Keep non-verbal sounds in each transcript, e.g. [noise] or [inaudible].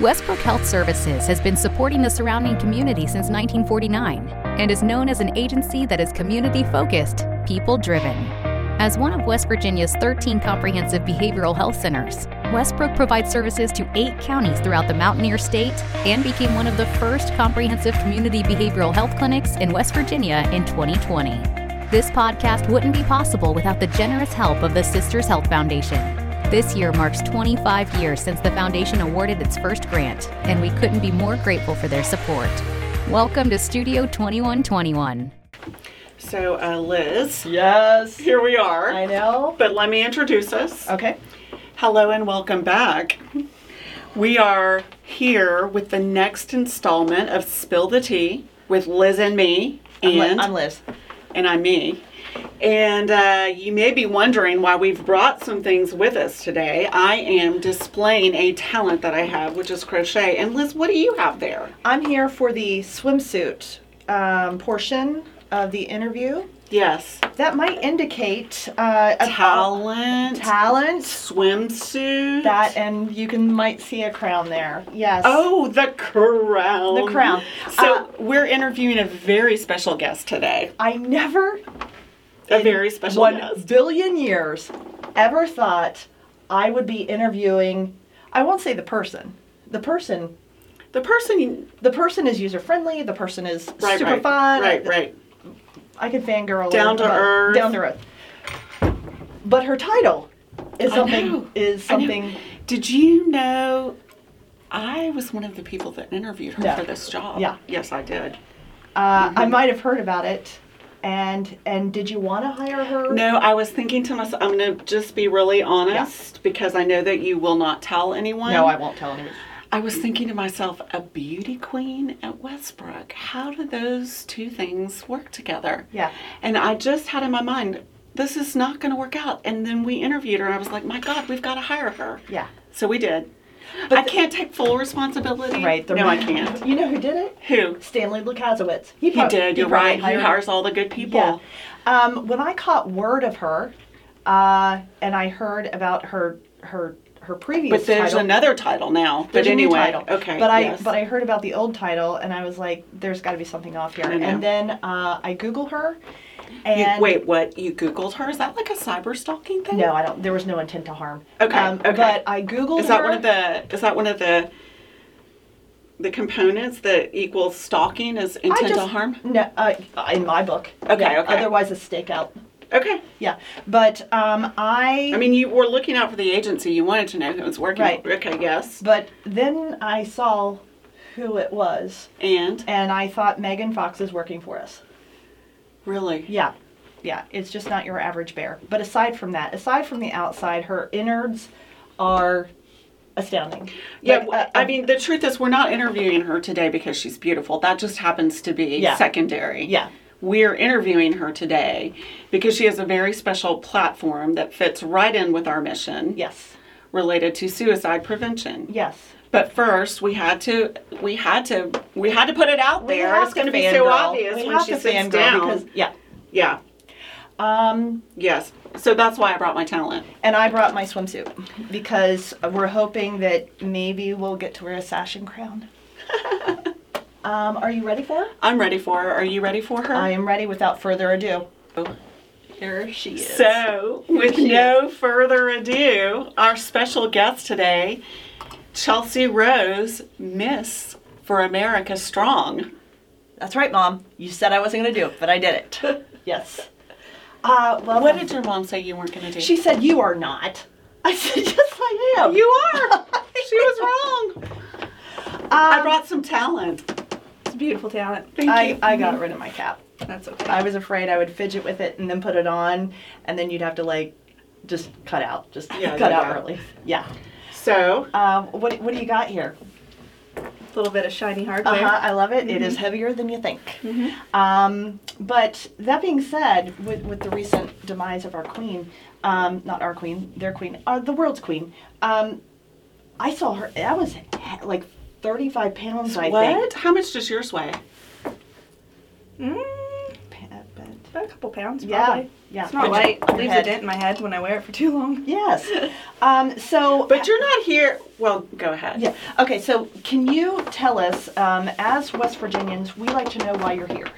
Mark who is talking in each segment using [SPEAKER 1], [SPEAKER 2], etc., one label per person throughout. [SPEAKER 1] Westbrook Health Services has been supporting the surrounding community since 1949 and is known as an agency that is community focused, people driven. As one of West Virginia's 13 comprehensive behavioral health centers, Westbrook provides services to eight counties throughout the Mountaineer State and became one of the first comprehensive community behavioral health clinics in West Virginia in 2020. This podcast wouldn't be possible without the generous help of the Sisters Health Foundation. This year marks 25 years since the foundation awarded its first grant, and we couldn't be more grateful for their support. Welcome to Studio 2121.
[SPEAKER 2] So, uh, Liz,
[SPEAKER 3] Yes.
[SPEAKER 2] here we are.
[SPEAKER 3] I know.
[SPEAKER 2] But let me introduce us.
[SPEAKER 3] Okay.
[SPEAKER 2] Hello and welcome back. We are here with the next installment of Spill the Tea with Liz and me.
[SPEAKER 3] I'm, Li-
[SPEAKER 2] And
[SPEAKER 3] I'm Liz.
[SPEAKER 2] And I'm me. And uh, you may be wondering why we've brought some things with us today. I am displaying a talent that I have, which is crochet. And Liz, what do you have there?
[SPEAKER 3] I'm here for the swimsuit um, portion of the interview.
[SPEAKER 2] Yes.
[SPEAKER 3] That might indicate uh, a
[SPEAKER 2] Talent.
[SPEAKER 3] talent.
[SPEAKER 2] swimsuit.
[SPEAKER 3] That and you can might see a crown there. Yes.
[SPEAKER 2] Oh, the crown.
[SPEAKER 3] The crown.
[SPEAKER 2] So
[SPEAKER 3] Uh,
[SPEAKER 2] we're interviewing a very special guest today.
[SPEAKER 3] I never
[SPEAKER 2] A very special
[SPEAKER 3] one
[SPEAKER 2] guest.
[SPEAKER 3] billion years ever thought I would be interviewing. I won't say the person. The person.
[SPEAKER 2] The person.
[SPEAKER 3] The person is user friendly. The person is
[SPEAKER 2] Right,
[SPEAKER 3] super
[SPEAKER 2] right,
[SPEAKER 3] fun.
[SPEAKER 2] Right, right.
[SPEAKER 3] I can fangirl.
[SPEAKER 2] Down
[SPEAKER 3] over
[SPEAKER 2] to
[SPEAKER 3] about-
[SPEAKER 2] earth.
[SPEAKER 3] Down to earth. But her title is
[SPEAKER 2] I know,
[SPEAKER 3] something is
[SPEAKER 2] I know.
[SPEAKER 3] something.
[SPEAKER 2] Did you know? I was one of the people that interviewed her
[SPEAKER 3] Yeah.
[SPEAKER 2] for this job.
[SPEAKER 3] Yeah.
[SPEAKER 2] Yes, I did.
[SPEAKER 3] Uh, I might have heard about it, and and did you want to hire her?
[SPEAKER 2] No, I was thinking to myself, I'm going to just be really honest because I know that you will not tell anyone.
[SPEAKER 3] No, I won't tell anyone.
[SPEAKER 2] I was thinking to myself, a beauty queen at Westbrook. How do those two things work together?
[SPEAKER 3] Yeah.
[SPEAKER 2] And I just had in my mind, this is not going to work out. And then we interviewed her, and I was like, my God, we've got to hire her.
[SPEAKER 3] Yeah.
[SPEAKER 2] So we did.
[SPEAKER 3] But
[SPEAKER 2] I
[SPEAKER 3] the-
[SPEAKER 2] can't take full responsibility.
[SPEAKER 3] Right. the-
[SPEAKER 2] No, I can't.
[SPEAKER 3] You know who did it?
[SPEAKER 2] Who?
[SPEAKER 3] Stanley Lukaszowicz. He,
[SPEAKER 2] He
[SPEAKER 3] prob-
[SPEAKER 2] did. You're
[SPEAKER 3] probably
[SPEAKER 2] right. He
[SPEAKER 3] hired-
[SPEAKER 2] hires all the good people.
[SPEAKER 3] Yeah. Um, when I caught word of her, uh, and I heard about her her her previous.
[SPEAKER 2] But there's
[SPEAKER 3] title,
[SPEAKER 2] another title now.
[SPEAKER 3] There's
[SPEAKER 2] but
[SPEAKER 3] a new
[SPEAKER 2] anyway,
[SPEAKER 3] title.
[SPEAKER 2] okay.
[SPEAKER 3] But I
[SPEAKER 2] yes.
[SPEAKER 3] but I heard about the old title and I was like, there's got to be something off here.
[SPEAKER 2] I know.
[SPEAKER 3] And then uh, I Google her,
[SPEAKER 2] You-
[SPEAKER 3] and
[SPEAKER 2] wait, what? You Googled her? Is that like a cyber stalking thing?
[SPEAKER 3] No, I don't. There was no intent to harm. Um,
[SPEAKER 2] Okay, okay.
[SPEAKER 3] But I Googled
[SPEAKER 2] Is that
[SPEAKER 3] her.
[SPEAKER 2] one of the? Is that one of the? The components that equals stalking is
[SPEAKER 3] I
[SPEAKER 2] intent
[SPEAKER 3] just,
[SPEAKER 2] to harm.
[SPEAKER 3] No, uh, in my book.
[SPEAKER 2] Okay,
[SPEAKER 3] Yeah,
[SPEAKER 2] okay.
[SPEAKER 3] Otherwise, a stakeout.
[SPEAKER 2] Okay.
[SPEAKER 3] Yeah, but um, I.
[SPEAKER 2] I mean, you were looking out for the agency. You wanted to know who was working.
[SPEAKER 3] Right.
[SPEAKER 2] Okay. Yes.
[SPEAKER 3] But then I saw who it was,
[SPEAKER 2] And
[SPEAKER 3] and I thought Megan Fox is working for us.
[SPEAKER 2] really.
[SPEAKER 3] Yeah. Yeah, it's just not your average bear. But aside from that, aside from the outside, her innards are astounding.
[SPEAKER 2] Yeah,
[SPEAKER 3] Like,
[SPEAKER 2] w-
[SPEAKER 3] uh,
[SPEAKER 2] I mean, the truth is, we're not interviewing her today because she's beautiful. That just happens to be
[SPEAKER 3] Yeah.
[SPEAKER 2] secondary.
[SPEAKER 3] Yeah.
[SPEAKER 2] We're interviewing her today because she has a very special platform that fits right in with our mission
[SPEAKER 3] yes.
[SPEAKER 2] related to suicide prevention.
[SPEAKER 3] Yes.
[SPEAKER 2] But first, we had to, we had to, we had to put it out
[SPEAKER 3] We
[SPEAKER 2] there.
[SPEAKER 3] have
[SPEAKER 2] It's going to
[SPEAKER 3] to
[SPEAKER 2] be so
[SPEAKER 3] fangirl.
[SPEAKER 2] obvious
[SPEAKER 3] We
[SPEAKER 2] when
[SPEAKER 3] have
[SPEAKER 2] she
[SPEAKER 3] to
[SPEAKER 2] sits
[SPEAKER 3] fangirl
[SPEAKER 2] down.
[SPEAKER 3] because yeah.
[SPEAKER 2] yeah,
[SPEAKER 3] Um
[SPEAKER 2] yes. So that's why I brought my talent.
[SPEAKER 3] and I brought my swimsuit because we're hoping that maybe we'll get to wear a sash and
[SPEAKER 2] [laughs]
[SPEAKER 3] crown. um, are you ready for her?
[SPEAKER 2] I'm ready for her. Are you ready for her?
[SPEAKER 3] I am ready without further ado. Here she is.
[SPEAKER 2] So, with
[SPEAKER 3] she
[SPEAKER 2] no further ado, our special guest today, Chelsea Rose, Miss for America Strong.
[SPEAKER 4] That's right, Mom. You said I wasn't going to do it, but I did
[SPEAKER 2] [laughs]
[SPEAKER 4] it.
[SPEAKER 3] yes. Uh, well,
[SPEAKER 2] What did your mom say you weren't going to do?
[SPEAKER 3] She said, "You are not." I said, "Yes, I am."
[SPEAKER 2] you
[SPEAKER 3] [laughs]
[SPEAKER 2] are. she was wrong. I brought some talent.
[SPEAKER 4] It's a beautiful talent.
[SPEAKER 2] Thank
[SPEAKER 3] I,
[SPEAKER 2] you.
[SPEAKER 3] I got rid of my cap.
[SPEAKER 4] That's okay.
[SPEAKER 3] I was afraid I would fidget with it and then put it on, and then you'd have to like just cut out, just
[SPEAKER 2] Yeah,
[SPEAKER 3] cut
[SPEAKER 2] yeah,
[SPEAKER 3] out
[SPEAKER 2] yeah.
[SPEAKER 3] early. Yeah.
[SPEAKER 2] so,
[SPEAKER 3] Um, what what do you got here?
[SPEAKER 4] A little bit of shiny
[SPEAKER 3] Uh
[SPEAKER 4] hardware.
[SPEAKER 3] huh. I love it. It is heavier than you think. Um, but that being said, with with the recent demise of our queen, um, not our queen, their queen, uh, the world's queen. Um, I saw her. That was he- like thirty five pounds. I think.
[SPEAKER 2] what? How much does yours weigh?
[SPEAKER 4] Mm,
[SPEAKER 3] Pa- but- uh,
[SPEAKER 5] Mm,
[SPEAKER 4] about a couple pounds,
[SPEAKER 3] Yeah.
[SPEAKER 4] probably.
[SPEAKER 3] Yeah.
[SPEAKER 5] It's not
[SPEAKER 3] Which-
[SPEAKER 5] light. It
[SPEAKER 3] your
[SPEAKER 5] leaves a
[SPEAKER 3] head.
[SPEAKER 5] dent in my head when I wear it for too long. [laughs]
[SPEAKER 3] Yes. Um, so.
[SPEAKER 2] But you're not here. Well, go ahead.
[SPEAKER 3] Yeah. Okay. So, can you tell us, um, as West Virginians, we like to know why you're here.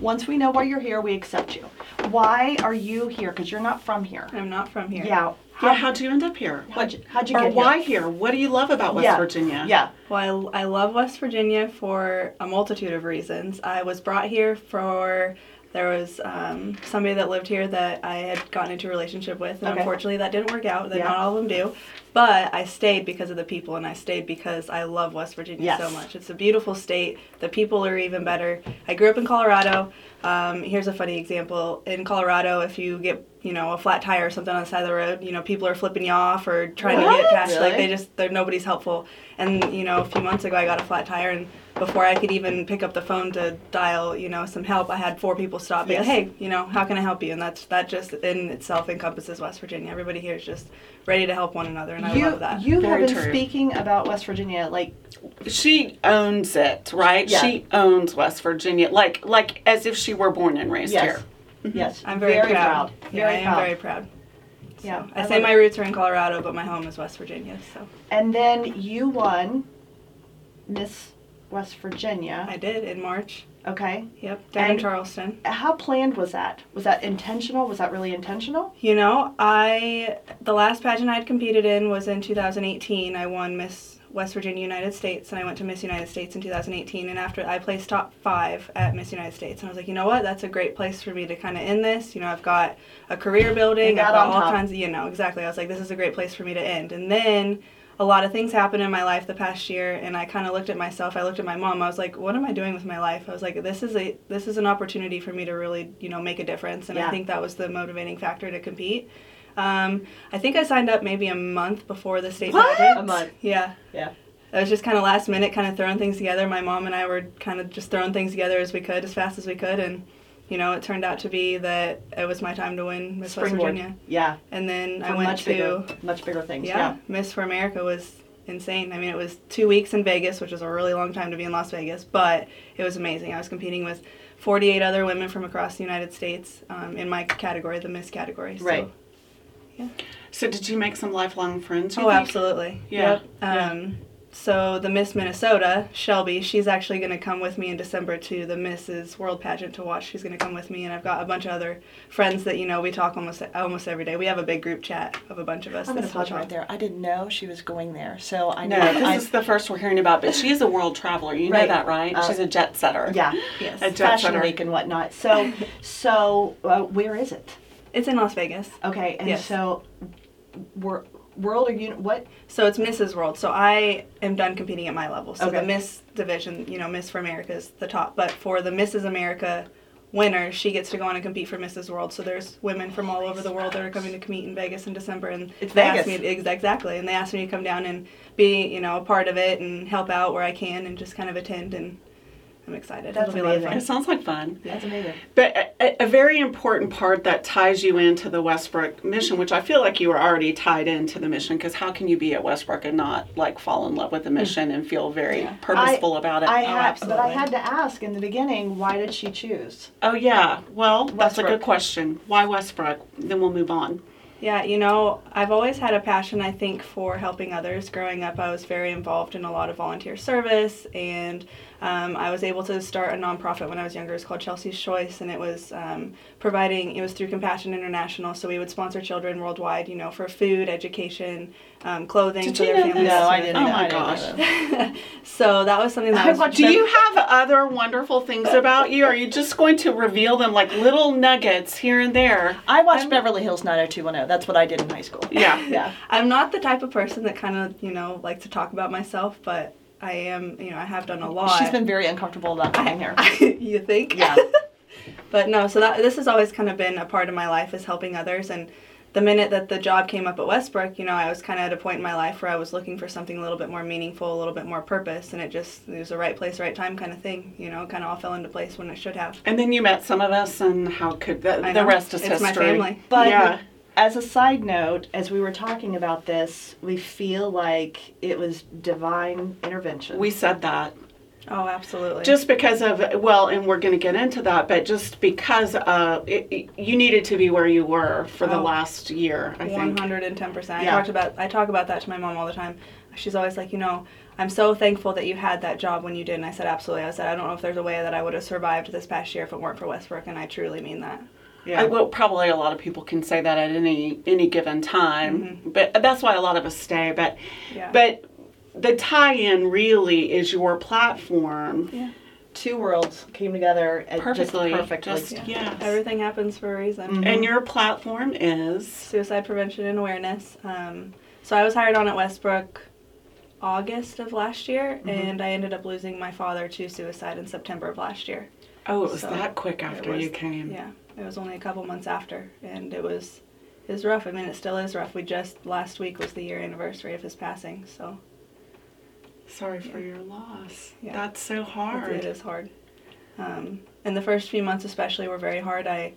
[SPEAKER 3] Once we know why you're here, we accept you. Why are you here? Because you're not from here.
[SPEAKER 5] I'm not from here.
[SPEAKER 3] Yeah.
[SPEAKER 2] Yeah, how'd you end up here?
[SPEAKER 3] How'd you- how'd you
[SPEAKER 2] or
[SPEAKER 3] get here?
[SPEAKER 2] why here? What do you love about West
[SPEAKER 3] yeah.
[SPEAKER 2] Virginia?
[SPEAKER 3] Yeah.
[SPEAKER 5] Well, I, I love West Virginia for a multitude of reasons. I was brought here for there was um, somebody that lived here that I had gotten into a relationship with, and
[SPEAKER 3] Okay.
[SPEAKER 5] unfortunately that didn't work out. That
[SPEAKER 3] Yeah.
[SPEAKER 5] not all of them do, but I stayed because of the people, and I stayed because I love West Virginia
[SPEAKER 3] Yes.
[SPEAKER 5] so much. It's a beautiful state. The people are even better. I grew up in Colorado. Um, here's a funny example: in Colorado, if you get you know a flat tire or something on the side of the road, you know people are flipping you off or trying to
[SPEAKER 3] What?
[SPEAKER 5] get past. Like
[SPEAKER 3] Really?
[SPEAKER 5] they just there nobody's helpful and you know a few months ago i got a flat tire and before i could even pick up the phone to dial you know some help i had four people stop me
[SPEAKER 3] Yes.
[SPEAKER 5] hey you know how can i help you and that's that just in itself encompasses west virginia everybody here is just ready to help one another and i
[SPEAKER 3] you
[SPEAKER 5] love that
[SPEAKER 3] you have
[SPEAKER 2] Very
[SPEAKER 3] been
[SPEAKER 2] true.
[SPEAKER 3] speaking about West Virginia like
[SPEAKER 2] She owns it, right?
[SPEAKER 3] Yeah.
[SPEAKER 2] She owns West Virginia, like like as if she were born and raised
[SPEAKER 3] yes,
[SPEAKER 2] here.
[SPEAKER 3] yes.
[SPEAKER 5] i'm very,
[SPEAKER 3] proud.
[SPEAKER 5] proud, yeah
[SPEAKER 3] Very
[SPEAKER 5] i am
[SPEAKER 3] proud.
[SPEAKER 5] very proud
[SPEAKER 3] yeah.
[SPEAKER 5] i,
[SPEAKER 3] love
[SPEAKER 5] say
[SPEAKER 3] it.
[SPEAKER 5] my roots are in colorado but my home is west virginia so
[SPEAKER 3] And then you won Miss West Virginia.
[SPEAKER 5] i did in march
[SPEAKER 3] Okay.
[SPEAKER 5] yep down in
[SPEAKER 3] And-
[SPEAKER 5] charleston
[SPEAKER 3] How planned was that? Was that intentional? Was that really intentional?
[SPEAKER 5] You know, I the last pageant I'd competed in was in 2018. I won Miss West Virginia United States, and I went to Miss United States in 2018. And after I placed top five at Miss United States, and I was like, you know what, that's a great place for me to kind of end this. You know, I've got a career building,
[SPEAKER 3] You
[SPEAKER 5] I've
[SPEAKER 3] got
[SPEAKER 5] got
[SPEAKER 3] on
[SPEAKER 5] all
[SPEAKER 3] top.
[SPEAKER 5] kinds of, you know, exactly. I was like, this is a great place for me to end. And then a lot of things happened in my life the past year and i kind of looked at myself i looked at my mom i was like what am i doing with my life i was like this is a this is an opportunity for me to really you know make a difference and
[SPEAKER 3] Yeah.
[SPEAKER 5] i think that was the motivating factor to compete um, i think i signed up maybe a month before the state
[SPEAKER 3] What?
[SPEAKER 5] pageant
[SPEAKER 3] A month.
[SPEAKER 5] yeah
[SPEAKER 3] Yeah.
[SPEAKER 5] it was just kind of last minute kind of throwing things together my mom and i were kind of just throwing things together as we could as fast as we could and you know it turned out to be that it was my time to win miss west
[SPEAKER 3] Springboard.
[SPEAKER 5] virginia
[SPEAKER 3] Yeah.
[SPEAKER 5] and then
[SPEAKER 3] for
[SPEAKER 5] i went
[SPEAKER 3] much
[SPEAKER 5] to
[SPEAKER 3] bigger, much bigger things.
[SPEAKER 5] yeah,
[SPEAKER 3] Yeah.
[SPEAKER 5] Miss for America was insane. I mean, it was two weeks in Vegas, which is a really long time to be in Las Vegas, but it was amazing. I was competing with 48 other women from across the United States um, in my category, the Miss category. So.
[SPEAKER 3] Right.
[SPEAKER 2] So did you make some lifelong friends? you
[SPEAKER 5] Oh,
[SPEAKER 2] think?
[SPEAKER 5] absolutely.
[SPEAKER 2] Yeah.
[SPEAKER 5] Um, so the Miss Minnesota, Shelby, she's actually going to come with me in December to the Mrs. World Pageant to watch. She's going to come with me, and I've got a bunch of other friends that you know we talk almost almost every day. We have a big group chat of a bunch of us.
[SPEAKER 3] I'm going to
[SPEAKER 5] that still
[SPEAKER 3] pause right
[SPEAKER 5] talk.
[SPEAKER 3] there. I didn't know she was going there, so I know.
[SPEAKER 2] No, this
[SPEAKER 3] I,
[SPEAKER 2] is the first we're hearing about, but she is a world traveler. You know
[SPEAKER 3] Right.
[SPEAKER 2] that, right?
[SPEAKER 3] Uh,
[SPEAKER 2] She's a jet setter.
[SPEAKER 3] yeah,
[SPEAKER 5] Yes.
[SPEAKER 2] A jet
[SPEAKER 3] fashion
[SPEAKER 2] setter.
[SPEAKER 3] week and whatnot. So,
[SPEAKER 2] [laughs]
[SPEAKER 3] so uh, where is it?
[SPEAKER 5] It's in Las Vegas.
[SPEAKER 3] Okay, and
[SPEAKER 5] Yes.
[SPEAKER 3] so, wor- world or uni- what?
[SPEAKER 5] So it's Mrs. World. So I am done competing at my level. So
[SPEAKER 3] Okay.
[SPEAKER 5] the Miss division, you know, Miss for America is the top. But for the Mrs. America winner, she gets to go on and compete for Mrs. World. So there's women from all over the world that are coming to compete in Vegas in December, and
[SPEAKER 3] It's
[SPEAKER 5] they asked
[SPEAKER 3] Vegas.
[SPEAKER 5] me ex- exactly, and they asked me to come down and be, you know, a part of it and help out where I can and just kind of attend. And I'm excited.
[SPEAKER 3] That's
[SPEAKER 5] It'll be a lot of
[SPEAKER 3] amazing.
[SPEAKER 5] fun.
[SPEAKER 2] It sounds like fun.
[SPEAKER 3] That's amazing.
[SPEAKER 2] But a, a very important part that ties you into the Westbrook mission, which I feel like you were already tied into the mission, because how can you be at Westbrook and not like fall in love with the mission and feel very purposeful
[SPEAKER 3] I,
[SPEAKER 2] about it?
[SPEAKER 3] I
[SPEAKER 2] oh,
[SPEAKER 3] had, but I
[SPEAKER 5] absolutely.
[SPEAKER 3] had to ask in the beginning, why did she choose?
[SPEAKER 2] oh yeah. Well, that's a
[SPEAKER 3] Westbrook.
[SPEAKER 2] good question. Why Westbrook? Then we'll move on.
[SPEAKER 5] Yeah, you know, I've always had a passion, I think, for helping others. Growing up, I was very involved in a lot of volunteer service, and um, I was able to start a nonprofit when I was younger. It's called Chelsea's Choice, and it was um, providing, it was through Compassion International, so we would sponsor children worldwide, you know, for food, education, um, clothing
[SPEAKER 2] Did
[SPEAKER 5] for
[SPEAKER 2] you
[SPEAKER 5] their
[SPEAKER 2] know
[SPEAKER 5] families.
[SPEAKER 2] this? No, I
[SPEAKER 3] didn't.
[SPEAKER 2] Oh my gosh.
[SPEAKER 3] [laughs]
[SPEAKER 5] So that was something that I was
[SPEAKER 2] Do you have other wonderful things about you? Are you just going to reveal them like little nuggets here and there?
[SPEAKER 3] I watched Beverly Hills 90210. That's what I did in high school.
[SPEAKER 2] Yeah.
[SPEAKER 3] Yeah.
[SPEAKER 5] I'm not the type of person that kind of, you know, likes to talk about myself, but I am, you know, I have done a lot.
[SPEAKER 3] She's been very uncomfortable about coming here.
[SPEAKER 5] [laughs]
[SPEAKER 3] [laughs]
[SPEAKER 5] you think?
[SPEAKER 3] Yeah.
[SPEAKER 5] But no, so that this has always kind of been a part of my life is helping others and the minute that the job came up at Westbrook, you know, I was kind of at a point in my life where I was looking for something a little bit more meaningful, a little bit more purpose, and it just it was the right place, right time kind of thing, you know, kind of all fell into place when it should have.
[SPEAKER 2] And then you met some of us, and how could the,
[SPEAKER 5] I
[SPEAKER 2] the
[SPEAKER 5] know.
[SPEAKER 2] rest is
[SPEAKER 5] It's
[SPEAKER 2] history.
[SPEAKER 5] my family.
[SPEAKER 3] But
[SPEAKER 2] yeah.
[SPEAKER 3] as a side note, as we were talking about this, we feel like it was divine intervention.
[SPEAKER 2] We said that.
[SPEAKER 5] Oh, absolutely.
[SPEAKER 2] just because of well and we're going to get into that but just because uh, it, it- you needed to be where you were for the
[SPEAKER 5] Oh.
[SPEAKER 2] last year i
[SPEAKER 5] One
[SPEAKER 2] think
[SPEAKER 5] hundred and ten percent. I
[SPEAKER 2] Yeah.
[SPEAKER 5] talked about I talk about that to my mom all the time. She's always like, you know, I'm so thankful that you had that job when you did. And I said, absolutely. I said, I don't know if there's a way that I would have survived this past year if it weren't for Westbrook, and I truly mean that.
[SPEAKER 2] I, well, probably a lot of people can say that at any any given time but that's why a lot of us stay but
[SPEAKER 5] Mm-hmm. Yeah.
[SPEAKER 2] but the tie-in really is your platform
[SPEAKER 5] Yeah.
[SPEAKER 3] Two worlds came together at
[SPEAKER 2] perfectly
[SPEAKER 3] just perfectly.
[SPEAKER 2] Just- yes.
[SPEAKER 5] Everything happens for a reason.
[SPEAKER 2] and your platform is
[SPEAKER 5] suicide prevention and awareness. Um, so I was hired on at Westbrook August of last year, and I ended up losing my father to suicide in September of last year.
[SPEAKER 2] oh it was
[SPEAKER 5] So,
[SPEAKER 2] that quick
[SPEAKER 5] it
[SPEAKER 2] after
[SPEAKER 5] was-
[SPEAKER 2] you came
[SPEAKER 5] Yeah, it was only a couple months after, and it was it was rough. I mean, it still is rough. We just last week was the year anniversary of his passing, so
[SPEAKER 2] sorry for your loss
[SPEAKER 5] Yeah.
[SPEAKER 2] that's so
[SPEAKER 5] it's-
[SPEAKER 2] hard
[SPEAKER 5] it is hard. Um, and the first few months especially were very hard. I,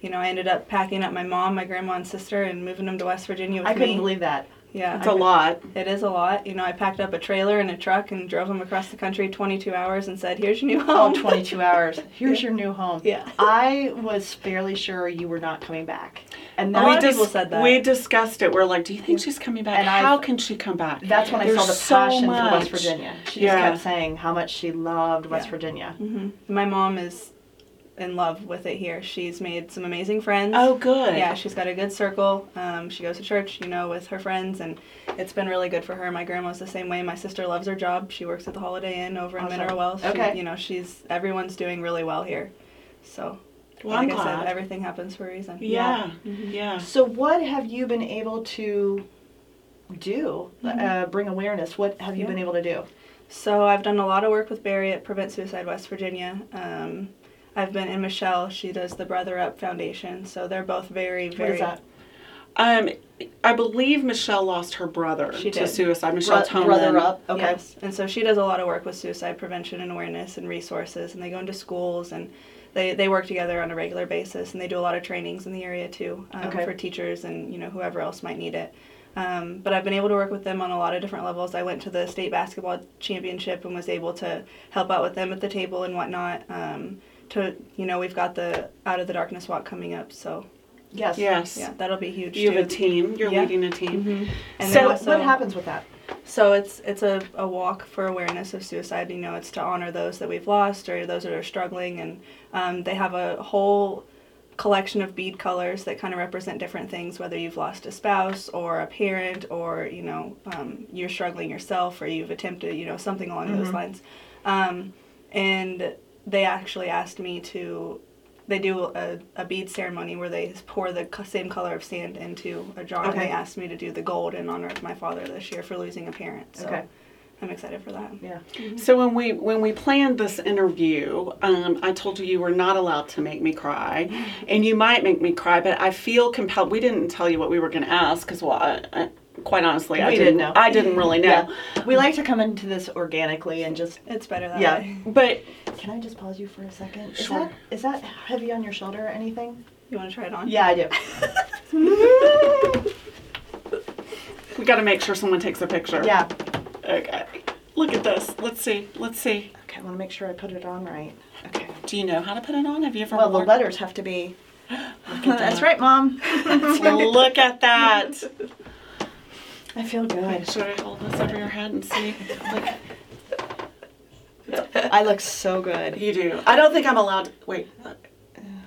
[SPEAKER 5] you know, I ended up packing up my mom, my grandma, and sister, and moving them to West Virginia with
[SPEAKER 3] I couldn't
[SPEAKER 5] me.
[SPEAKER 3] believe that.
[SPEAKER 5] yeah,
[SPEAKER 2] it's
[SPEAKER 5] I
[SPEAKER 2] a lot
[SPEAKER 5] It is a lot. You know, I packed up a trailer and a truck and drove them across the country 22 hours and said, here's your new
[SPEAKER 3] Oh,
[SPEAKER 5] [laughs] home.
[SPEAKER 3] 22 hours. Here's your new home.
[SPEAKER 5] Yeah.
[SPEAKER 3] I was fairly sure you were not coming back. And
[SPEAKER 5] A
[SPEAKER 3] that,
[SPEAKER 5] lot of people said that.
[SPEAKER 2] We discussed it. We're like, do you think she's coming back?
[SPEAKER 3] And I-
[SPEAKER 2] How can she come back?
[SPEAKER 3] that's when I saw the
[SPEAKER 2] There's so
[SPEAKER 3] passion for West
[SPEAKER 2] much.
[SPEAKER 3] Virginia. She
[SPEAKER 2] Yeah.
[SPEAKER 3] just kept saying how much she loved West
[SPEAKER 5] Yeah.
[SPEAKER 3] Virginia.
[SPEAKER 5] Mhm. My mom is in love with it here. She's made some amazing friends.
[SPEAKER 2] Oh, good.
[SPEAKER 5] Yeah, she's got a good circle. Um, she goes to church, you know, with her friends, and it's been really good for her. My grandma's the same way. My sister loves her job. She works at the Holiday Inn over
[SPEAKER 3] Awesome.
[SPEAKER 5] in Mineral Wells. She-
[SPEAKER 3] Okay.
[SPEAKER 5] you know, she's everyone's doing really well here. So,
[SPEAKER 2] Well,
[SPEAKER 5] like
[SPEAKER 2] I'm
[SPEAKER 5] I
[SPEAKER 2] glad.
[SPEAKER 5] said, everything happens for a reason.
[SPEAKER 2] Yeah.
[SPEAKER 3] Mm-hmm.
[SPEAKER 2] Yeah.
[SPEAKER 3] So, what have you been able to do? Uh, bring awareness. What have you
[SPEAKER 5] Mm-hmm. Yeah.
[SPEAKER 3] been able to do?
[SPEAKER 5] So I've done a lot of work with Barry at Prevent Suicide West Virginia. Um, I've been in Michelle. She does the Brother Up Foundation. So they're both very,
[SPEAKER 3] What
[SPEAKER 5] very.
[SPEAKER 3] is that?
[SPEAKER 2] Um, I believe Michelle lost her brother
[SPEAKER 5] She
[SPEAKER 2] to
[SPEAKER 5] did.
[SPEAKER 2] suicide. Michelle
[SPEAKER 3] Bro-
[SPEAKER 2] Tomlin.
[SPEAKER 3] brother up. Okay.
[SPEAKER 5] Yes. And so she does a lot of work with suicide prevention and awareness and resources. And they go into schools and they, they work together on a regular basis. And they do a lot of trainings in the area too um,
[SPEAKER 3] Okay.
[SPEAKER 5] for teachers and you know whoever else might need it. Um, but I've been able to work with them on a lot of different levels. I went to the state basketball championship and was able to help out with them at the table and whatnot. Um, to you know, we've got the Out of the Darkness walk coming up, so
[SPEAKER 3] Yes.
[SPEAKER 2] Yes.
[SPEAKER 5] yeah, that'll be huge.
[SPEAKER 2] You have a
[SPEAKER 5] too.
[SPEAKER 2] team. You're
[SPEAKER 5] Yeah.
[SPEAKER 2] leading a team.
[SPEAKER 3] Mm-hmm.
[SPEAKER 2] Mm-hmm.
[SPEAKER 5] And
[SPEAKER 3] So,
[SPEAKER 5] then
[SPEAKER 3] what- what happens with that?
[SPEAKER 5] so it's it's a, a walk for awareness of suicide. You know, it's to honor those that we've lost or those that are struggling, and um, they have a whole collection of bead colors that kind of represent different things. Whether you've lost a spouse or a parent, or you know, um, you're struggling yourself, or you've attempted, you know, something along those lines. Um, and they actually asked me to. They do a, a bead ceremony where they pour the co- same color of sand into a jar, and
[SPEAKER 3] Okay.
[SPEAKER 5] they asked me to do the gold in honor of my father this year for losing a parent. So
[SPEAKER 3] Okay.
[SPEAKER 5] I'm excited for that.
[SPEAKER 3] Yeah.
[SPEAKER 2] So when we when we planned this interview, um, I told you you were not allowed to make me cry,
[SPEAKER 3] Mm-hmm.
[SPEAKER 2] and you might make me cry, but I feel compelled. We didn't tell you what we were going to ask because, well, I, I, quite honestly, I
[SPEAKER 3] We
[SPEAKER 2] didn't,
[SPEAKER 3] didn't know.
[SPEAKER 2] I didn't
[SPEAKER 3] [laughs]
[SPEAKER 2] really know.
[SPEAKER 3] We like to come into this organically and just.
[SPEAKER 5] It's better that
[SPEAKER 3] Yeah.
[SPEAKER 5] way. [laughs]
[SPEAKER 2] But
[SPEAKER 3] Can I just pause you for a second? Is
[SPEAKER 2] Sure.
[SPEAKER 3] that is that heavy on your shoulder or anything?
[SPEAKER 5] You want to try it on?
[SPEAKER 3] Yeah, I do.
[SPEAKER 2] we got to make sure someone takes a picture.
[SPEAKER 3] [laughs] yeah.
[SPEAKER 2] Okay. Look at this. Let's see. Let's see.
[SPEAKER 3] Okay, I want to make sure I put it on right. Okay.
[SPEAKER 2] Do you know how to put it on? Have you ever
[SPEAKER 3] Well, the
[SPEAKER 2] worn-
[SPEAKER 3] letters have to be. That's right, [laughs] Mom.
[SPEAKER 2] Look at that.
[SPEAKER 3] I feel good.
[SPEAKER 2] Should I hold this over your head and see? Like
[SPEAKER 3] I look so good.
[SPEAKER 2] you do. I don't think I'm allowed. To, wait.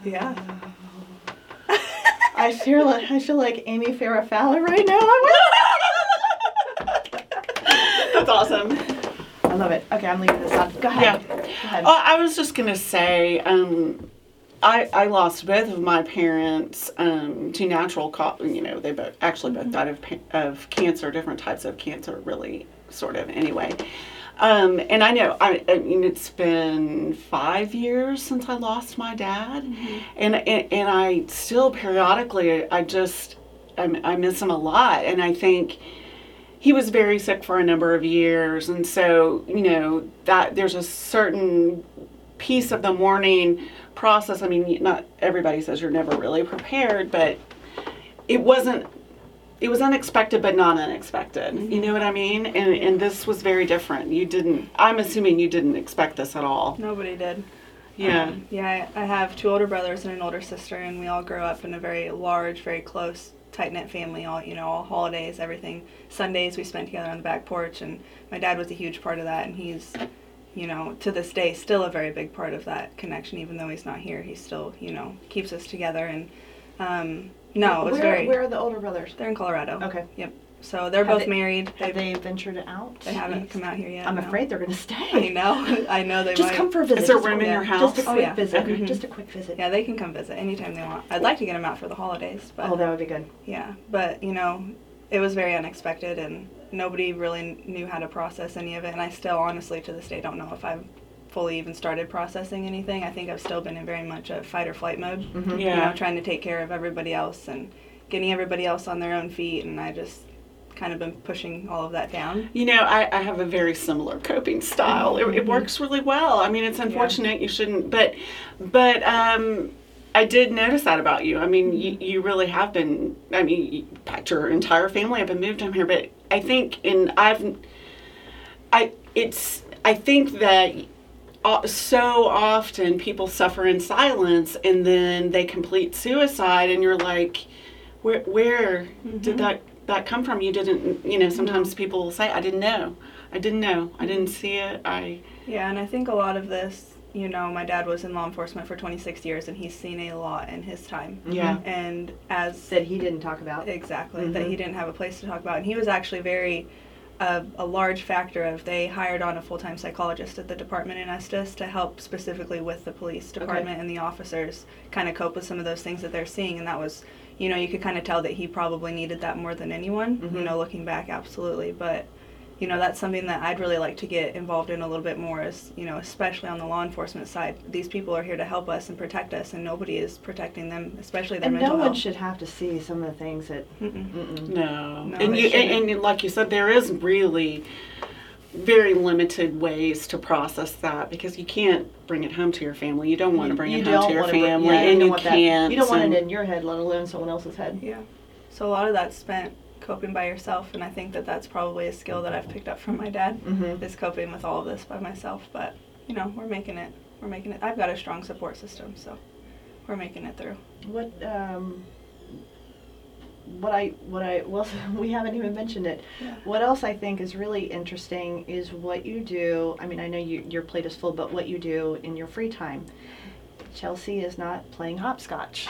[SPEAKER 5] Yeah.
[SPEAKER 3] I feel like I feel like Amy Farrah Fowler right now. I
[SPEAKER 2] [laughs] That's awesome.
[SPEAKER 3] love it. Okay, I'm leaving this on. Go
[SPEAKER 2] Yeah.
[SPEAKER 3] ahead. Go ahead.
[SPEAKER 2] Oh, I was just gonna say. Um, I, I lost both of my parents um, to natural cause. You know, they both actually
[SPEAKER 3] Mm-hmm.
[SPEAKER 2] both died of, pa- of cancer, different types of cancer, really, sort of, anyway. Um, and I know, I, I mean, it's been five years since I lost my dad,
[SPEAKER 3] Mm-hmm.
[SPEAKER 2] and, and and I still periodically, I just, I, I miss him a lot, and I think he was very sick for a number of years and so you know that there's a certain piece of the mourning process i mean not everybody says you're never really prepared but it wasn't it was unexpected but not unexpected. You know what I mean? And and this was very different. You didn't I'm assuming you didn't expect this at all.
[SPEAKER 5] Nobody did.
[SPEAKER 2] Yeah.
[SPEAKER 5] Um, yeah, I I have two older brothers and an older sister, and we all grew up in a very large, very close, tight knit family. All you know, all holidays, everything. Sundays we spent together on the back porch, and my dad was a huge part of that, and he's, you know, to this day still a very big part of that connection. Even though he's not here, he still you know keeps us together. And um,
[SPEAKER 2] Oh,
[SPEAKER 5] no, it was
[SPEAKER 3] where,
[SPEAKER 5] very.
[SPEAKER 3] where are the older brothers?
[SPEAKER 5] They're in Colorado.
[SPEAKER 3] Okay.
[SPEAKER 5] Yep. So they're
[SPEAKER 3] Have
[SPEAKER 5] both
[SPEAKER 3] they-
[SPEAKER 5] married.
[SPEAKER 3] Have they ventured out?
[SPEAKER 5] They haven't come out here yet.
[SPEAKER 3] I'm
[SPEAKER 5] no.
[SPEAKER 3] afraid they're going to
[SPEAKER 5] [laughs]
[SPEAKER 2] [laughs]
[SPEAKER 5] I
[SPEAKER 3] stay.
[SPEAKER 5] know. I know they
[SPEAKER 3] Just
[SPEAKER 5] might.
[SPEAKER 3] come for a visit.
[SPEAKER 2] Is there
[SPEAKER 3] just
[SPEAKER 2] room in
[SPEAKER 3] a-
[SPEAKER 2] your
[SPEAKER 3] Just a
[SPEAKER 2] house? Mm-hmm.
[SPEAKER 3] quick
[SPEAKER 5] Oh, yeah.
[SPEAKER 3] visit.
[SPEAKER 5] Mhm.
[SPEAKER 3] Just a quick visit.
[SPEAKER 5] Yeah, they can come visit anytime they want. I'd like to get them out for the holidays, but
[SPEAKER 3] Oh, that would be good.
[SPEAKER 5] yeah, but you know, it was very unexpected and nobody really knew how to process any of it. And I still, honestly, to this day, don't know if I've fully even started processing anything. I think I've still been in very much a fight or flight mode.
[SPEAKER 3] Mm-hmm.
[SPEAKER 5] You
[SPEAKER 2] Yeah.
[SPEAKER 5] know, trying to take care of everybody else and getting everybody else on their own feet. And I just kind of been pushing all of that down.
[SPEAKER 2] You know, I, I have a very similar coping style. It, it works really well. I mean, it's unfortunate you shouldn't, but, but um, I did notice that about you. I mean, you, you really have been. I mean, you packed your entire family up and moved down here. But I think, and I've, I it's I think that uh, so often people suffer in silence and then they complete suicide, and you're like, where where
[SPEAKER 3] Mm-hmm.
[SPEAKER 2] did that that come from? You didn't, you know. Sometimes people will say, I didn't know, I didn't know, I didn't see it. I
[SPEAKER 5] Yeah, and I think a lot of this, you know, my dad was in law enforcement for 26 years and he's seen a lot in his time.
[SPEAKER 2] yeah.
[SPEAKER 5] And as
[SPEAKER 3] That he didn't talk about. Mm-hmm.
[SPEAKER 5] exactly that he didn't have a place to talk about, and he was actually very uh, a large factor of they hired on a full time psychologist at the department in Estes to help specifically with the police department and the officers kind of cope with some of those things that they're seeing, and that was. You know, you could kind of tell that he probably needed that more than anyone.
[SPEAKER 3] Mm-hmm.
[SPEAKER 5] You know, looking back, absolutely. But you know that's something that I'd really like to get involved in a little bit more is you know especially on the law enforcement side these people are here to help us and protect us and nobody is protecting them especially their
[SPEAKER 3] And
[SPEAKER 5] mental
[SPEAKER 3] no one
[SPEAKER 5] health
[SPEAKER 3] should have to see some of the things that.
[SPEAKER 2] Mm-hmm. No.
[SPEAKER 5] No,
[SPEAKER 2] and
[SPEAKER 5] they
[SPEAKER 2] you
[SPEAKER 5] shouldn't.
[SPEAKER 2] and, and like you said, there is really very limited ways to process that because you can't bring it home to your family. You don't want to bring
[SPEAKER 3] you
[SPEAKER 2] it
[SPEAKER 3] don't
[SPEAKER 2] home to your
[SPEAKER 3] wanna bring-
[SPEAKER 2] family,
[SPEAKER 3] yeah,
[SPEAKER 2] and
[SPEAKER 3] don't
[SPEAKER 2] you,
[SPEAKER 3] want that-
[SPEAKER 2] can't.
[SPEAKER 3] You don't want
[SPEAKER 2] and-
[SPEAKER 3] it in your head, let alone someone else's head.
[SPEAKER 5] yeah so a lot of that's spent coping by yourself and I think that that's probably a skill that I've picked up from my dad
[SPEAKER 2] Mm-hmm.
[SPEAKER 5] is coping with all of this by myself but you know we're making it we're making it I've got a strong support system so we're making it through
[SPEAKER 3] What um, what I what I well [laughs] we haven't even mentioned it.
[SPEAKER 5] Yeah.
[SPEAKER 3] What else I think is really interesting is what you do. I mean, I know you, your plate is full, but what you do in your free time. Chelsea is not playing
[SPEAKER 2] [laughs]
[SPEAKER 3] hopscotch.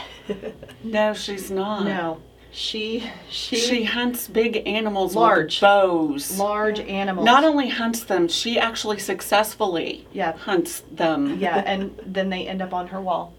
[SPEAKER 2] No, she's not.
[SPEAKER 3] No, she she,
[SPEAKER 2] She hunts big animals
[SPEAKER 3] Large.
[SPEAKER 2] with bows.
[SPEAKER 3] large animals.
[SPEAKER 2] Not only hunts them, she actually successfully
[SPEAKER 3] Yeah.
[SPEAKER 2] hunts them.
[SPEAKER 3] yeah, and then they end up on her wall.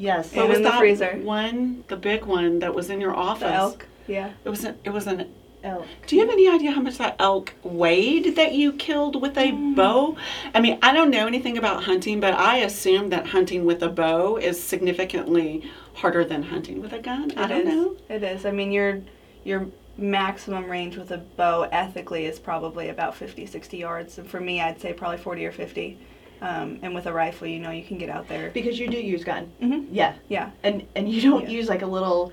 [SPEAKER 3] Yes.
[SPEAKER 5] And
[SPEAKER 2] What was
[SPEAKER 5] in the
[SPEAKER 2] that
[SPEAKER 5] freezer.
[SPEAKER 2] one? The big one that was in your office.
[SPEAKER 5] the elk yeah
[SPEAKER 2] It was. An, it was an
[SPEAKER 3] Oh.
[SPEAKER 2] Do you have any idea how much that elk weighed that you killed with a
[SPEAKER 5] Mm.
[SPEAKER 2] bow? I mean, I don't know anything about hunting, but I assume that hunting with a bow is significantly harder than hunting with a gun. I
[SPEAKER 5] It
[SPEAKER 2] don't
[SPEAKER 5] is.
[SPEAKER 2] know.
[SPEAKER 5] It is. I mean, your your maximum range with a bow ethically is probably about 50, 60 yards. And for me, I'd say probably 40 or 50. Um, and with a rifle, you know, you can get out there.
[SPEAKER 3] Because you do use gun.
[SPEAKER 2] Mm-hmm.
[SPEAKER 5] Mhm.
[SPEAKER 3] Yeah.
[SPEAKER 5] Yeah.
[SPEAKER 3] And and you don't
[SPEAKER 5] Yeah.
[SPEAKER 3] use like a little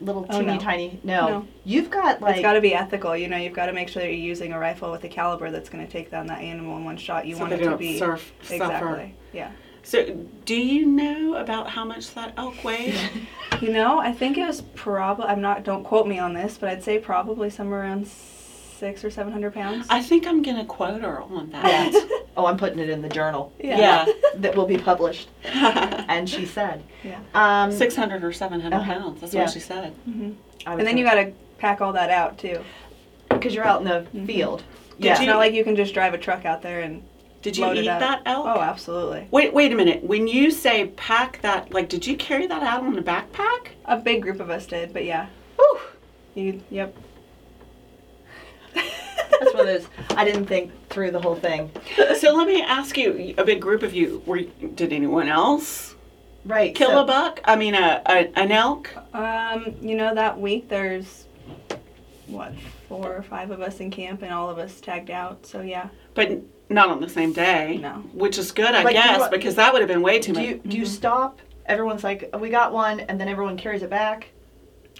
[SPEAKER 3] little
[SPEAKER 5] Oh,
[SPEAKER 3] teeny
[SPEAKER 5] no.
[SPEAKER 3] tiny no.
[SPEAKER 5] No.
[SPEAKER 3] You've got like
[SPEAKER 5] it's got to be ethical, you know. You've got to make sure that you're using a rifle with a caliber that's going to take down that animal in one shot. You
[SPEAKER 2] So
[SPEAKER 5] want
[SPEAKER 2] they
[SPEAKER 5] it to
[SPEAKER 2] don't
[SPEAKER 5] be
[SPEAKER 2] surf- suffer.
[SPEAKER 5] exactly, yeah.
[SPEAKER 2] So, do you know about how much that elk
[SPEAKER 5] [laughs]
[SPEAKER 2] weighed?
[SPEAKER 5] You know, I think it was probably. I'm not. Don't quote me on this, but I'd say probably somewhere around six or seven hundred pounds.
[SPEAKER 2] I think I'm gonna quote her on
[SPEAKER 5] [laughs]
[SPEAKER 2] that.
[SPEAKER 3] that. oh, I'm putting it in the journal
[SPEAKER 2] Yeah,
[SPEAKER 3] that will be
[SPEAKER 5] [laughs]
[SPEAKER 3] published. and she said.
[SPEAKER 5] Yeah.
[SPEAKER 3] Um
[SPEAKER 2] six hundred or seven hundred
[SPEAKER 3] Uh-huh.
[SPEAKER 2] pounds. That's
[SPEAKER 3] Yeah.
[SPEAKER 2] what she said.
[SPEAKER 5] Mm. And then you got to pack all that out too.
[SPEAKER 3] because you're out in the field.
[SPEAKER 2] Did
[SPEAKER 3] yeah.
[SPEAKER 5] It's
[SPEAKER 2] you-
[SPEAKER 5] not like Mm-hmm. you can just drive a truck out there and.
[SPEAKER 2] Did you
[SPEAKER 5] load it
[SPEAKER 2] eat
[SPEAKER 5] up.
[SPEAKER 2] that elk?
[SPEAKER 5] Oh, absolutely.
[SPEAKER 2] Wait, wait a minute. When you say pack that, like, did you carry that out on a backpack?
[SPEAKER 5] A big group of us did, but yeah.
[SPEAKER 2] Whew.
[SPEAKER 5] You, yep.
[SPEAKER 3] That's one of those I didn't think through the whole thing.
[SPEAKER 2] So let me ask you, a big group of you, were did anyone else
[SPEAKER 3] Right.
[SPEAKER 2] kill
[SPEAKER 3] so-
[SPEAKER 2] a buck? I mean, a, a an elk?
[SPEAKER 5] Um, you know that week there's what four or five of us in camp and all of us tagged out. So yeah.
[SPEAKER 2] But n- not on the same day.
[SPEAKER 5] No.
[SPEAKER 2] Which is good, I
[SPEAKER 3] Like, do
[SPEAKER 2] guess,
[SPEAKER 3] you-
[SPEAKER 2] because that would have been way too
[SPEAKER 3] Do
[SPEAKER 5] Mm-hmm.
[SPEAKER 2] much.
[SPEAKER 3] "Oh, you do you stop? Everyone's like, "We got one," and then everyone carries it back.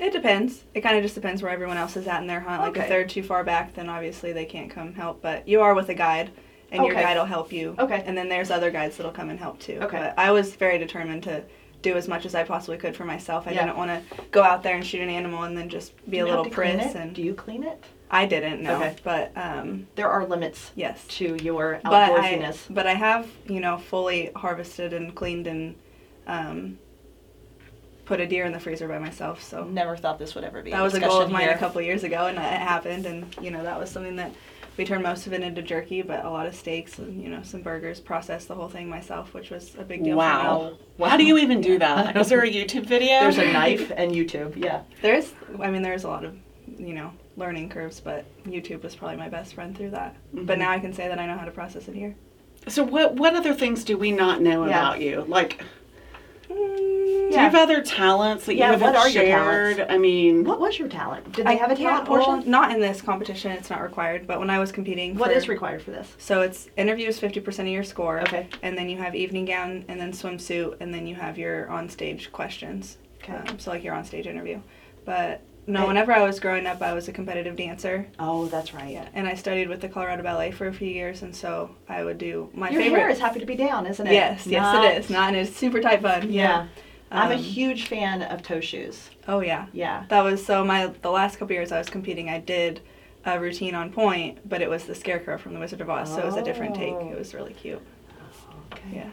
[SPEAKER 5] It depends. It kind of just depends where everyone else is at in their hunt. Like
[SPEAKER 3] Okay.
[SPEAKER 5] if they're too far back, then obviously they can't come help. But you are with a guide, and your
[SPEAKER 3] Okay.
[SPEAKER 5] guide will help you.
[SPEAKER 3] Okay.
[SPEAKER 5] And then there's other guides that'll come and help too.
[SPEAKER 3] Okay.
[SPEAKER 5] But I was very determined to do as much as I possibly could for myself. I
[SPEAKER 3] Yeah.
[SPEAKER 5] didn't want to go out there and shoot an animal and then just be
[SPEAKER 3] You
[SPEAKER 5] a
[SPEAKER 3] have
[SPEAKER 5] little
[SPEAKER 3] to clean
[SPEAKER 5] priss.
[SPEAKER 3] it?
[SPEAKER 5] And
[SPEAKER 3] do you clean it?
[SPEAKER 5] I didn't know,
[SPEAKER 3] Okay.
[SPEAKER 5] but um,
[SPEAKER 3] There are limits
[SPEAKER 5] yes.
[SPEAKER 3] to your
[SPEAKER 5] But I,
[SPEAKER 3] outdoorsiness.
[SPEAKER 5] but I have you know fully harvested and cleaned and um, put a deer in the freezer by myself. So.
[SPEAKER 4] Never thought this would ever be.
[SPEAKER 5] that was a
[SPEAKER 4] discussion
[SPEAKER 5] goal of mine
[SPEAKER 4] here.
[SPEAKER 5] a couple years ago, and it happened. And you know that was something that we turned most of it into jerky, but a lot of steaks and you know some burgers. Processed the whole thing myself, which was a big deal. For me.
[SPEAKER 2] Wow. How do you even do that? Is there a YouTube video?
[SPEAKER 3] There's a knife and YouTube. Yeah.
[SPEAKER 5] There is, I mean, there is a lot of you know learning curves, but YouTube was probably my best friend through that.
[SPEAKER 4] Mm-hmm.
[SPEAKER 5] But now I can say that I know how to process it here.
[SPEAKER 2] So what what other things do we not know
[SPEAKER 3] Yeah.
[SPEAKER 2] about you? Like
[SPEAKER 5] Mm,
[SPEAKER 2] do you have other talents that
[SPEAKER 3] Yeah,
[SPEAKER 2] you haven't
[SPEAKER 3] what are your
[SPEAKER 2] shared?
[SPEAKER 3] talents?
[SPEAKER 2] I mean
[SPEAKER 3] What was your talent? Did they have a talent
[SPEAKER 5] yeah, well,
[SPEAKER 3] portion?
[SPEAKER 5] not in this competition. It's not required. But when I was competing,
[SPEAKER 3] What
[SPEAKER 5] for-
[SPEAKER 3] is required for this?
[SPEAKER 5] So it's interviews fifty percent of your score.
[SPEAKER 3] Okay.
[SPEAKER 5] And then you have evening gown, and then swimsuit, and then you have your on stage questions.
[SPEAKER 3] Okay.
[SPEAKER 5] Um, so like your on stage interview, but no.
[SPEAKER 3] Right.
[SPEAKER 5] Whenever I was growing up, I was a competitive dancer.
[SPEAKER 3] Oh, that's right.
[SPEAKER 5] Yeah. And I studied with the Colorado Ballet for a few years, and so I would do my
[SPEAKER 3] Your
[SPEAKER 5] favorite.
[SPEAKER 3] hair is happy to be down, isn't it?
[SPEAKER 5] yes, yes,
[SPEAKER 3] Not-
[SPEAKER 5] it is. Not and it's super tight bun.
[SPEAKER 3] Yeah. I'm a
[SPEAKER 5] Um,
[SPEAKER 3] huge fan of toe shoes.
[SPEAKER 5] Oh yeah.
[SPEAKER 3] Yeah.
[SPEAKER 5] That was so my the last couple years I was competing, I did a routine on point, but it was the Scarecrow from The Wizard of Oz, so it was a different take.
[SPEAKER 3] Oh.
[SPEAKER 5] It was really cute.
[SPEAKER 3] Okay.
[SPEAKER 5] Yeah.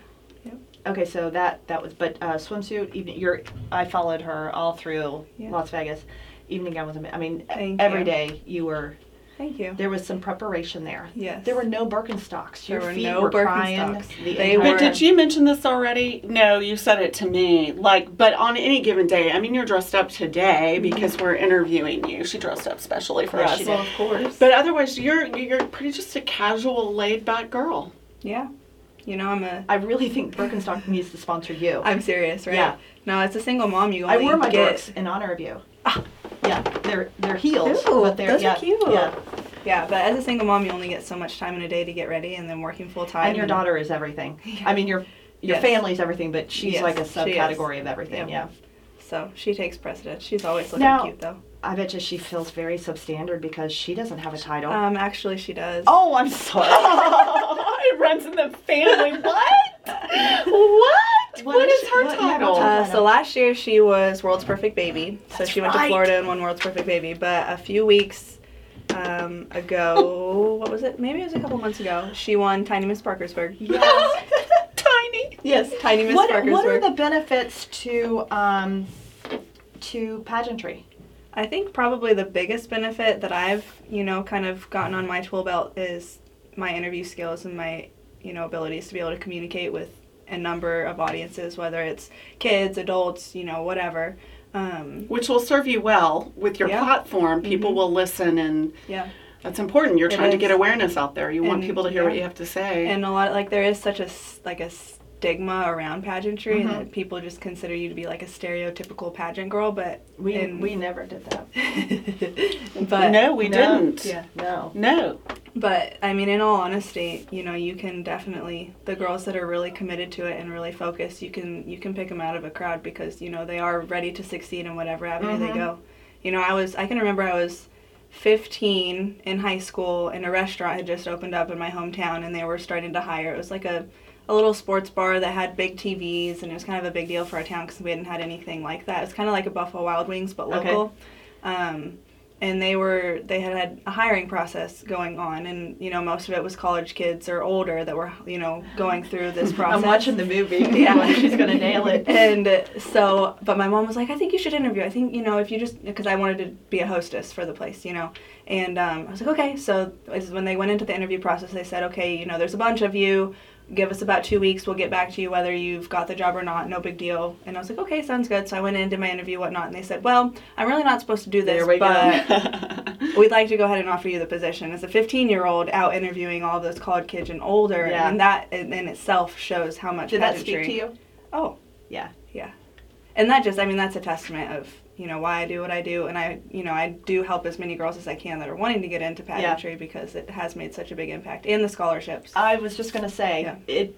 [SPEAKER 3] Okay, so that that was, but uh, swimsuit. Even your, I followed her all through
[SPEAKER 5] Yeah.
[SPEAKER 3] Las Vegas. Evening gown was. ama- I mean, e- every
[SPEAKER 5] Thank
[SPEAKER 3] day
[SPEAKER 5] you.
[SPEAKER 3] you were.
[SPEAKER 5] Thank you.
[SPEAKER 3] There was some preparation there.
[SPEAKER 5] Yes.
[SPEAKER 3] There were no Birkenstocks. Your
[SPEAKER 5] There were
[SPEAKER 3] feet
[SPEAKER 5] no
[SPEAKER 3] were crying.
[SPEAKER 5] Birkenstocks.
[SPEAKER 3] The
[SPEAKER 5] They
[SPEAKER 3] entire-
[SPEAKER 5] were-
[SPEAKER 2] But did you mention this already? No, you said it to me. Like, but on any given day, I mean, you're dressed up today because we're interviewing you. She dressed up specially for
[SPEAKER 3] Yes,
[SPEAKER 2] us.
[SPEAKER 3] she did.
[SPEAKER 5] Well, of course.
[SPEAKER 2] But otherwise, you're you're pretty just a casual, laid back girl.
[SPEAKER 5] yeah. You know, I'm a.
[SPEAKER 3] I really think Birkenstock [laughs] needs to sponsor you. I,
[SPEAKER 5] I'm serious, right?
[SPEAKER 3] Yeah.
[SPEAKER 5] No, it's a single mom. You only
[SPEAKER 3] wore my
[SPEAKER 5] get.
[SPEAKER 3] Birks in honor of you. Yeah, they're they're heels,
[SPEAKER 5] Ooh,
[SPEAKER 3] but they're
[SPEAKER 5] those are
[SPEAKER 3] yeah,
[SPEAKER 5] cute.
[SPEAKER 3] Yeah,
[SPEAKER 5] Yeah, but as a single mom, you only get so much time in a day to get ready, and then working full time.
[SPEAKER 3] and your daughter is everything. I mean, your your
[SPEAKER 5] Yes.
[SPEAKER 3] family's everything, but she's
[SPEAKER 5] Yes,
[SPEAKER 3] like a
[SPEAKER 5] she is.
[SPEAKER 3] subcategory of everything. Yeah.
[SPEAKER 5] Yeah. So she takes precedence. She's always looking
[SPEAKER 3] Now-
[SPEAKER 5] cute, though.
[SPEAKER 3] I bet you she feels very substandard because she doesn't have a title.
[SPEAKER 5] Um, actually, she does.
[SPEAKER 3] oh, I'm [laughs] sorry.
[SPEAKER 2] it runs in the [laughs] family. What?
[SPEAKER 3] what?
[SPEAKER 2] What is her
[SPEAKER 3] what- yeah,
[SPEAKER 2] title?
[SPEAKER 3] what
[SPEAKER 5] Uh, so last year she was World's Perfect Baby. so she went
[SPEAKER 3] right.
[SPEAKER 5] to Florida and won World's Perfect Baby. But a few weeks um, ago, what was it? Maybe it was a couple months ago. She won Tiny Miss Parkersburg.
[SPEAKER 3] Yes.
[SPEAKER 2] Tiny.
[SPEAKER 5] [laughs] Yes, Tiny Miss
[SPEAKER 3] what,
[SPEAKER 5] Parkersburg.
[SPEAKER 3] what are the benefits to um, to pageantry?
[SPEAKER 5] I think probably the biggest benefit that I've, you know, kind of gotten on my tool belt is my interview skills and my, you know, abilities to be able to communicate with a number of audiences, whether it's kids, adults, you know, whatever. Um,
[SPEAKER 2] Which will serve you well with your
[SPEAKER 5] Yeah.
[SPEAKER 2] platform. People will listen, and
[SPEAKER 5] yeah.
[SPEAKER 2] that's important. You're
[SPEAKER 5] It
[SPEAKER 2] trying to
[SPEAKER 5] is.
[SPEAKER 2] get awareness out there. You want
[SPEAKER 5] And-
[SPEAKER 2] people to hear what
[SPEAKER 5] yeah.
[SPEAKER 2] you have to say.
[SPEAKER 5] And a lot like there is such a s- like a stigma around pageantry and
[SPEAKER 3] Mm-hmm.
[SPEAKER 5] that people just consider you to be like a stereotypical pageant girl, but
[SPEAKER 3] We
[SPEAKER 5] in-
[SPEAKER 3] we never did [laughs] that.
[SPEAKER 5] [laughs] but
[SPEAKER 3] [laughs]
[SPEAKER 2] no, we
[SPEAKER 3] No.
[SPEAKER 2] didn't.
[SPEAKER 5] yeah.
[SPEAKER 3] No.
[SPEAKER 2] No.
[SPEAKER 5] But I mean, in all honesty, you know, you can definitely the girls that are really committed to it and really focused, you can you can pick them out of a crowd because you know they are ready to succeed in whatever avenue they go. You know, I was I can remember I was 15 in high school and a restaurant had just opened up in my hometown and they were starting to hire. It was like a a little sports bar that had big TVs and it was kind of a big deal for our town because we hadn't had anything like that. It was kind of like a Buffalo Wild Wings but
[SPEAKER 3] Okay.
[SPEAKER 5] local um, and they were they had had a hiring process going on, and you know most of it was college kids or older that were you know going through this process.
[SPEAKER 3] [laughs] I'm watching the movie. [laughs] Yeah, she's gonna nail it.
[SPEAKER 5] And so, but my mom was like, I think you should interview. I think, you know, if you just, because I wanted to be a hostess for the place, you know. And um, I was like, okay. So is when they went into the interview process, they said, okay, you know, there's a bunch of you. Give us about two weeks. We'll get back to you whether you've got the job or not. No big deal. And I was like, okay, sounds good. So I went in, did my interview, whatnot. And they said, well, I'm really not supposed to do
[SPEAKER 3] There
[SPEAKER 5] this,
[SPEAKER 3] we go.
[SPEAKER 5] but we'd like to go ahead and offer you the position as a 15 year old out interviewing all those college kids and older.
[SPEAKER 3] Yeah.
[SPEAKER 5] And that in, in itself shows how much
[SPEAKER 3] Did that speak
[SPEAKER 5] pageantry-
[SPEAKER 3] to you?
[SPEAKER 5] Oh,
[SPEAKER 3] Yeah.
[SPEAKER 5] yeah. And that just, I mean, that's a testament of, you know, why I do what I do. And I, you know, I do help as many girls as I can that are wanting to get into pageantry because it has made such a big impact and the scholarships.
[SPEAKER 3] I was just gonna say
[SPEAKER 5] Yeah.
[SPEAKER 3] it.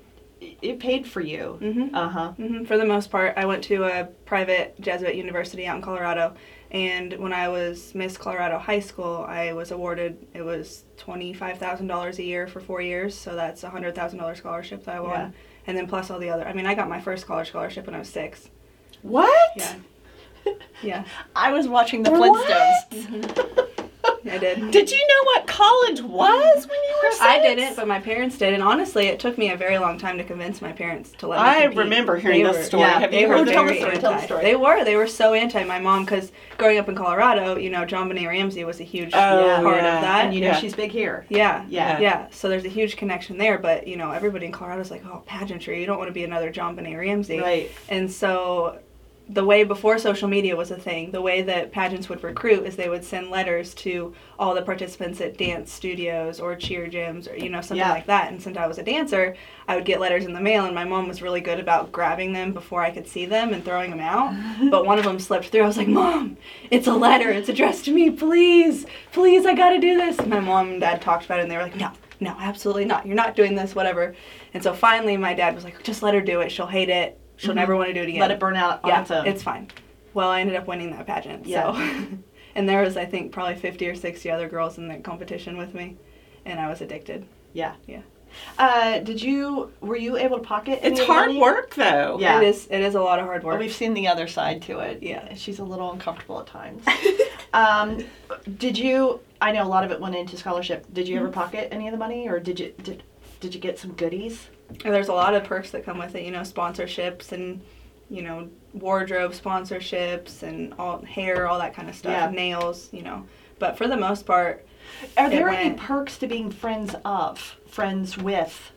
[SPEAKER 3] it paid for you.
[SPEAKER 5] Mhm.
[SPEAKER 3] Uh huh.
[SPEAKER 5] hmm For the most part, I went to a private Jesuit university out in Colorado, and when I was Miss Colorado High School, I was awarded it was twenty five thousand dollars a year for four years, so that's a hundred thousand dollars scholarship that I won,
[SPEAKER 3] Yeah.
[SPEAKER 5] and then plus all the other. I mean, I got my first college scholarship when I was six.
[SPEAKER 3] What?
[SPEAKER 5] Yeah, yeah,
[SPEAKER 3] I was watching the
[SPEAKER 4] What?
[SPEAKER 3] Flintstones.
[SPEAKER 5] Mm-hmm. I did.
[SPEAKER 4] Did you know what college was when you were six?
[SPEAKER 5] I didn't, but my parents did, and honestly, it took me a very long time to convince my parents to let me.
[SPEAKER 2] I
[SPEAKER 5] compete.
[SPEAKER 2] remember hearing
[SPEAKER 5] They
[SPEAKER 2] this
[SPEAKER 5] were-
[SPEAKER 2] story.
[SPEAKER 5] Yeah,
[SPEAKER 2] Have
[SPEAKER 5] they
[SPEAKER 2] you
[SPEAKER 5] were
[SPEAKER 2] heard the
[SPEAKER 5] very
[SPEAKER 2] story?
[SPEAKER 5] anti.
[SPEAKER 3] Tell the story.
[SPEAKER 5] They were. They were so anti. My mom, because growing up in Colorado, you know, John Benet Ramsey was a huge
[SPEAKER 2] Oh,
[SPEAKER 5] part
[SPEAKER 2] yeah.
[SPEAKER 5] of that.
[SPEAKER 3] And you know
[SPEAKER 2] Yeah.
[SPEAKER 3] she's big here.
[SPEAKER 5] yeah.
[SPEAKER 3] Yeah.
[SPEAKER 5] Yeah. So there's a huge connection there, but you know, everybody in Colorado's like, oh, pageantry. You don't want to be another John Benet Ramsey.
[SPEAKER 3] Right.
[SPEAKER 5] And so the way before social media was a thing, the way that pageants would recruit is they would send letters to all the participants at dance studios or cheer gyms or you know something
[SPEAKER 3] Yeah.
[SPEAKER 5] like that. And since I was a dancer, I would get letters in the mail, and my mom was really good about grabbing them before I could see them and throwing
[SPEAKER 3] [laughs]
[SPEAKER 5] them out. but one of them slipped through. I was like, "Mom, it's a letter. It's addressed to me. Please, please, I got to do this." And my mom and dad talked about it, and they were like, "No." No, absolutely not. You're not doing this, whatever. And so finally, my dad was like, just let her do it. She'll hate it. She'll never want to do it again
[SPEAKER 3] Mm-hmm. Let it burn out on
[SPEAKER 5] yeah,
[SPEAKER 3] its own.
[SPEAKER 5] it's fine. Well, I ended up winning that pageant.
[SPEAKER 3] Yeah.
[SPEAKER 5] So, [laughs] and there was I think probably fifty or sixty other girls in the competition with me, and I was addicted.
[SPEAKER 3] yeah.
[SPEAKER 5] Yeah,
[SPEAKER 3] Uh, did you? Were you able to pocket?
[SPEAKER 2] It's
[SPEAKER 3] any
[SPEAKER 2] hard
[SPEAKER 3] money?
[SPEAKER 2] work though.
[SPEAKER 3] Yeah.
[SPEAKER 5] it is. It is a lot of hard
[SPEAKER 3] But
[SPEAKER 5] work.
[SPEAKER 3] We've seen the other side to it.
[SPEAKER 5] Yeah.
[SPEAKER 3] She's a little uncomfortable at times.
[SPEAKER 5] [laughs]
[SPEAKER 3] um, did you? I know a lot of it went into scholarship. Did you ever
[SPEAKER 5] Mm-hmm.
[SPEAKER 3] pocket any of the money, or did you? Did, did you get some goodies?
[SPEAKER 5] And there's a lot of perks that come with it. You know, sponsorships and you know wardrobe sponsorships and all hair, all that kind of stuff,
[SPEAKER 3] Yeah.
[SPEAKER 5] nails. You know, but for the most part,
[SPEAKER 3] Are
[SPEAKER 5] It
[SPEAKER 3] there any
[SPEAKER 5] went-
[SPEAKER 3] perks to being friends of, friends with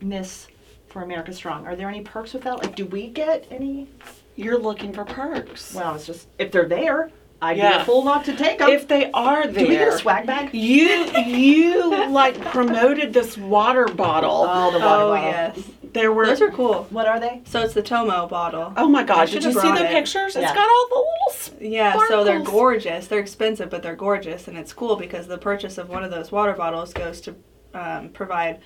[SPEAKER 3] Miss for America Strong? Are there any perks with that? Like, do we get any?
[SPEAKER 2] You're looking for perks.
[SPEAKER 3] Well, it's just if they're there, I'd be
[SPEAKER 2] Yeah.
[SPEAKER 3] a fool not to take them.
[SPEAKER 2] if they are there.
[SPEAKER 3] do we get a swag bag?
[SPEAKER 5] [laughs]
[SPEAKER 2] You you like promoted this water bottle.
[SPEAKER 3] Oh, the water
[SPEAKER 5] oh
[SPEAKER 3] bottle.
[SPEAKER 5] yes,
[SPEAKER 2] there were
[SPEAKER 5] those are cool.
[SPEAKER 3] What are they?
[SPEAKER 5] So it's the Tomo bottle.
[SPEAKER 2] Oh my
[SPEAKER 5] I
[SPEAKER 2] god, did
[SPEAKER 5] should
[SPEAKER 2] you
[SPEAKER 5] have
[SPEAKER 2] see
[SPEAKER 5] brought
[SPEAKER 2] the
[SPEAKER 5] it.
[SPEAKER 2] pictures? It's
[SPEAKER 3] Yeah.
[SPEAKER 2] got all the little s-
[SPEAKER 5] Yeah, so they're
[SPEAKER 2] Sparkles.
[SPEAKER 5] gorgeous. They're expensive, but they're gorgeous, and it's cool because the purchase of one of those water bottles goes to um, provide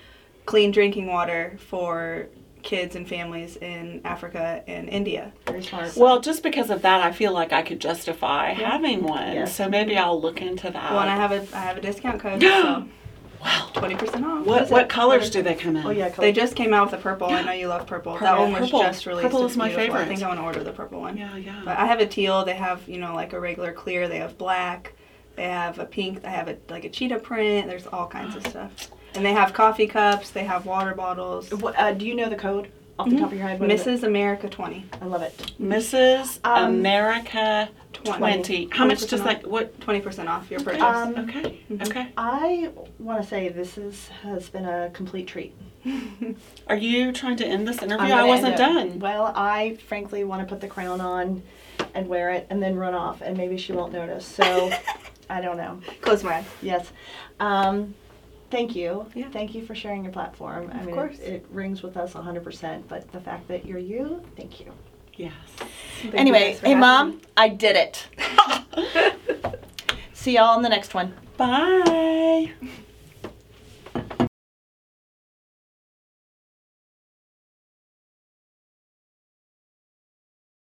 [SPEAKER 5] clean drinking water for kids and families in Africa and India.
[SPEAKER 3] Very smart.
[SPEAKER 2] Well, just because of that I feel like I could justify having one.
[SPEAKER 3] Yes.
[SPEAKER 2] So maybe I'll look into that.
[SPEAKER 5] Well, and I have a I have a discount
[SPEAKER 2] [gasps]
[SPEAKER 5] code. So twenty percent off.
[SPEAKER 2] what
[SPEAKER 5] Is
[SPEAKER 2] what
[SPEAKER 5] it?
[SPEAKER 2] colors do they come in?
[SPEAKER 3] oh yeah,
[SPEAKER 5] They just came out with a purple. I know you love purple. That
[SPEAKER 2] Purple.
[SPEAKER 5] one was
[SPEAKER 2] Purple.
[SPEAKER 5] just released.
[SPEAKER 2] Purple
[SPEAKER 5] It's
[SPEAKER 2] is my
[SPEAKER 5] beautiful. I
[SPEAKER 2] favorite.
[SPEAKER 5] think I want to order the purple one.
[SPEAKER 2] Yeah, yeah.
[SPEAKER 5] But I have a teal. They have you know like a regular clear. They have black. They have a pink. They have a like a cheetah print. There's all kinds of stuff. And they have coffee cups. They have water bottles.
[SPEAKER 3] What, uh, do you know the code off the top of your head? What is it?
[SPEAKER 5] Mrs. America 20.
[SPEAKER 3] I love it.
[SPEAKER 2] Mrs.
[SPEAKER 3] Um,
[SPEAKER 2] America
[SPEAKER 5] 20.
[SPEAKER 2] 20. How much does
[SPEAKER 5] 20%
[SPEAKER 2] like what
[SPEAKER 5] 20% off your purchase.
[SPEAKER 3] Um,
[SPEAKER 2] Okay. Okay.
[SPEAKER 3] I want to say this is has been a complete treat.
[SPEAKER 2] Are you trying to end this
[SPEAKER 3] I'm
[SPEAKER 2] interview?
[SPEAKER 3] gonna
[SPEAKER 2] I wasn't
[SPEAKER 3] end it-
[SPEAKER 2] done.
[SPEAKER 3] Well, I frankly want to put the crown on and wear it and then run off, and maybe she won't notice. So I don't know.
[SPEAKER 5] Close my eyes.
[SPEAKER 3] Yes. Um, thank you.
[SPEAKER 5] Yeah.
[SPEAKER 3] Thank you for sharing your platform. I
[SPEAKER 5] Of
[SPEAKER 3] mean,
[SPEAKER 5] course.
[SPEAKER 3] It, it rings with us 100%, but the fact that you're you, thank you.
[SPEAKER 2] Yes.
[SPEAKER 5] Thank you
[SPEAKER 4] Anyway,
[SPEAKER 5] guys for
[SPEAKER 4] hey
[SPEAKER 5] having me.
[SPEAKER 4] mom, I
[SPEAKER 3] [laughs]
[SPEAKER 4] did it. See y'all in the next one.
[SPEAKER 2] Bye.